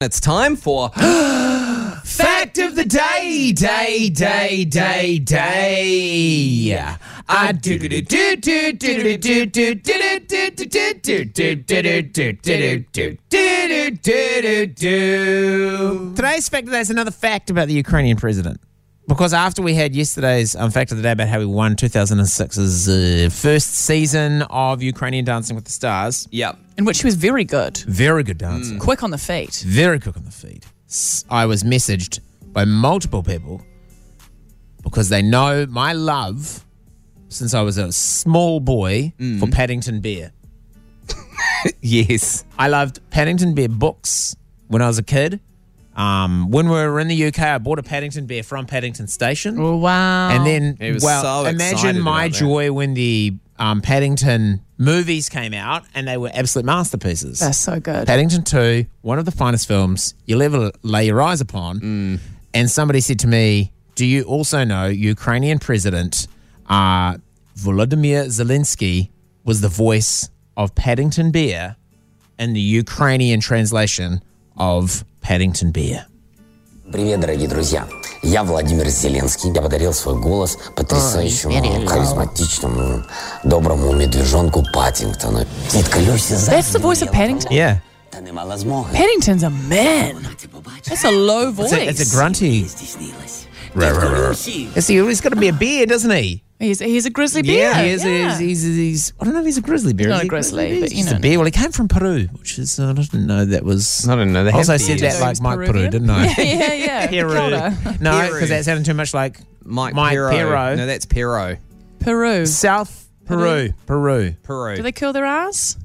It's time for Fact of the Day, Day, Day, Day, Day. Ah, do-do-do-do-do-do-do-do-do-do-do-do-do-do-do-do-do-do. Today's fact of the day is another fact about the Ukrainian president. Because after we had yesterday's um, fact of the day about how he won 2006's uh, first season of Ukrainian Dancing with the Stars, Yep. in which she was very good, very good dancer, quick on the feet. very quick on the feet. S- I was messaged by multiple people because they know my love since I was a small boy for Mm-hmm. Paddington Bear. Yes. I loved Paddington Bear books when I was a kid. Um, when we were in the UK, I bought a Paddington Bear from Paddington Station. Oh, wow. And then, He was well, so excited imagine my about that. joy when the um, Paddington movies came out and they were absolute masterpieces. That's so good. Paddington 2, one of the finest films you'll ever lay your eyes upon. And somebody said to me, Do you also know Ukrainian President uh, Volodymyr Zelensky was the voice of Paddington Bear in the Ukrainian translation of Paddington Bear? Привет, дорогие друзья! Я Владимир Зеленский. Я подарил свой голос потрясающему, харизматичному, доброму медвежонку Паттингтону. Титка Люся That's the voice of Paddington. Yeah. Та немала змоги. Paddington's a man. That's a low voice. It's a, it's a grunty. It's the, he's got to be a bear, doesn't he? He's, he's a grizzly bear. Yeah, he is. Yeah. He's, he's, he's, he's- I don't know if he's a grizzly bear. He's is not he a grizzly, bear? but you He's know. a bear. Well, he came from Peru, which is, I didn't know that was. I didn't know they Also, I had said bears. that So like he's Mike Peru, Peruvian? didn't I? yeah, yeah. Kia Peru. ora. No, Peru. because that sounded too much like Mike Mike Pero. Pero. No, that's Pero. Peru. South Peru. Peru. Do Peru. they curl their ass?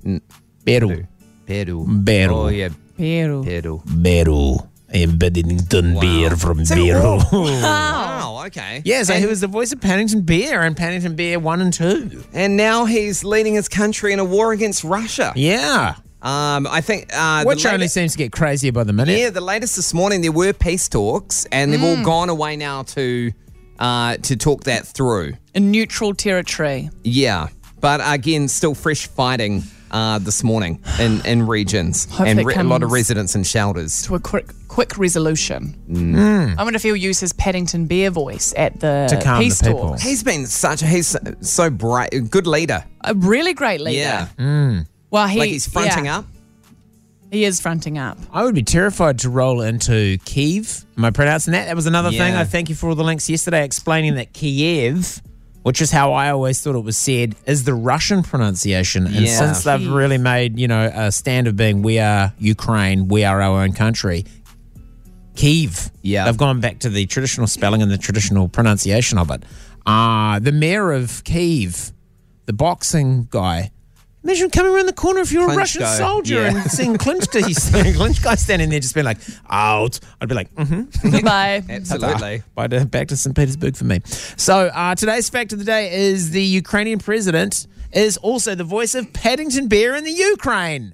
Peru. Pero. Peru. Oh, yeah. Peru. Peru. Peru. A Paddington Bear from Peru. Oh. Wow, okay. Oh. yeah, so And- he was the voice of Paddington Bear and Paddington Bear 1 and 2. And now he's leading his country in a war against Russia. Yeah. Um, I think uh, the Which only late- seems to get crazier by the minute. yeah, the latest this morning there were peace talks, and they've Mm. all gone away now to uh, to talk that through. In neutral territory. Yeah, but again, still fresh fighting uh, this morning in in regions Hope and it re- a lot of comes- residents in shelters. To a quick quick resolution. Mm. I wonder if he'll use his Paddington bear voice at the To calm the peace people. talks. He's been such a he's so bright, a good leader. A really great leader. Yeah, Well, he, like he's fronting yeah, up. He is fronting up. I would be terrified to roll into Kiev. Am I pronouncing that? That was another thing. Yeah. I thank you for all the links yesterday explaining that Kiev, which is how I always thought it was said, is the Russian pronunciation. And Yeah. since they've Kiev. really made, you know, a stand of being we are Ukraine, we are our own country. Kiev. Yeah. They've gone back to the traditional spelling and the traditional pronunciation of it. Uh, the mayor of Kiev, the boxing guy. Imagine coming around the corner if you're a Clinchko, Russian soldier yeah. and seeing Klinchka, he's seeing Klinchka standing there just being like, out. I'd be like, mm-hmm. Goodbye. Absolutely. By to, back to St. Petersburg for me. So uh, today's fact of the day is the Ukrainian president is also the voice of Paddington Bear in the Ukraine.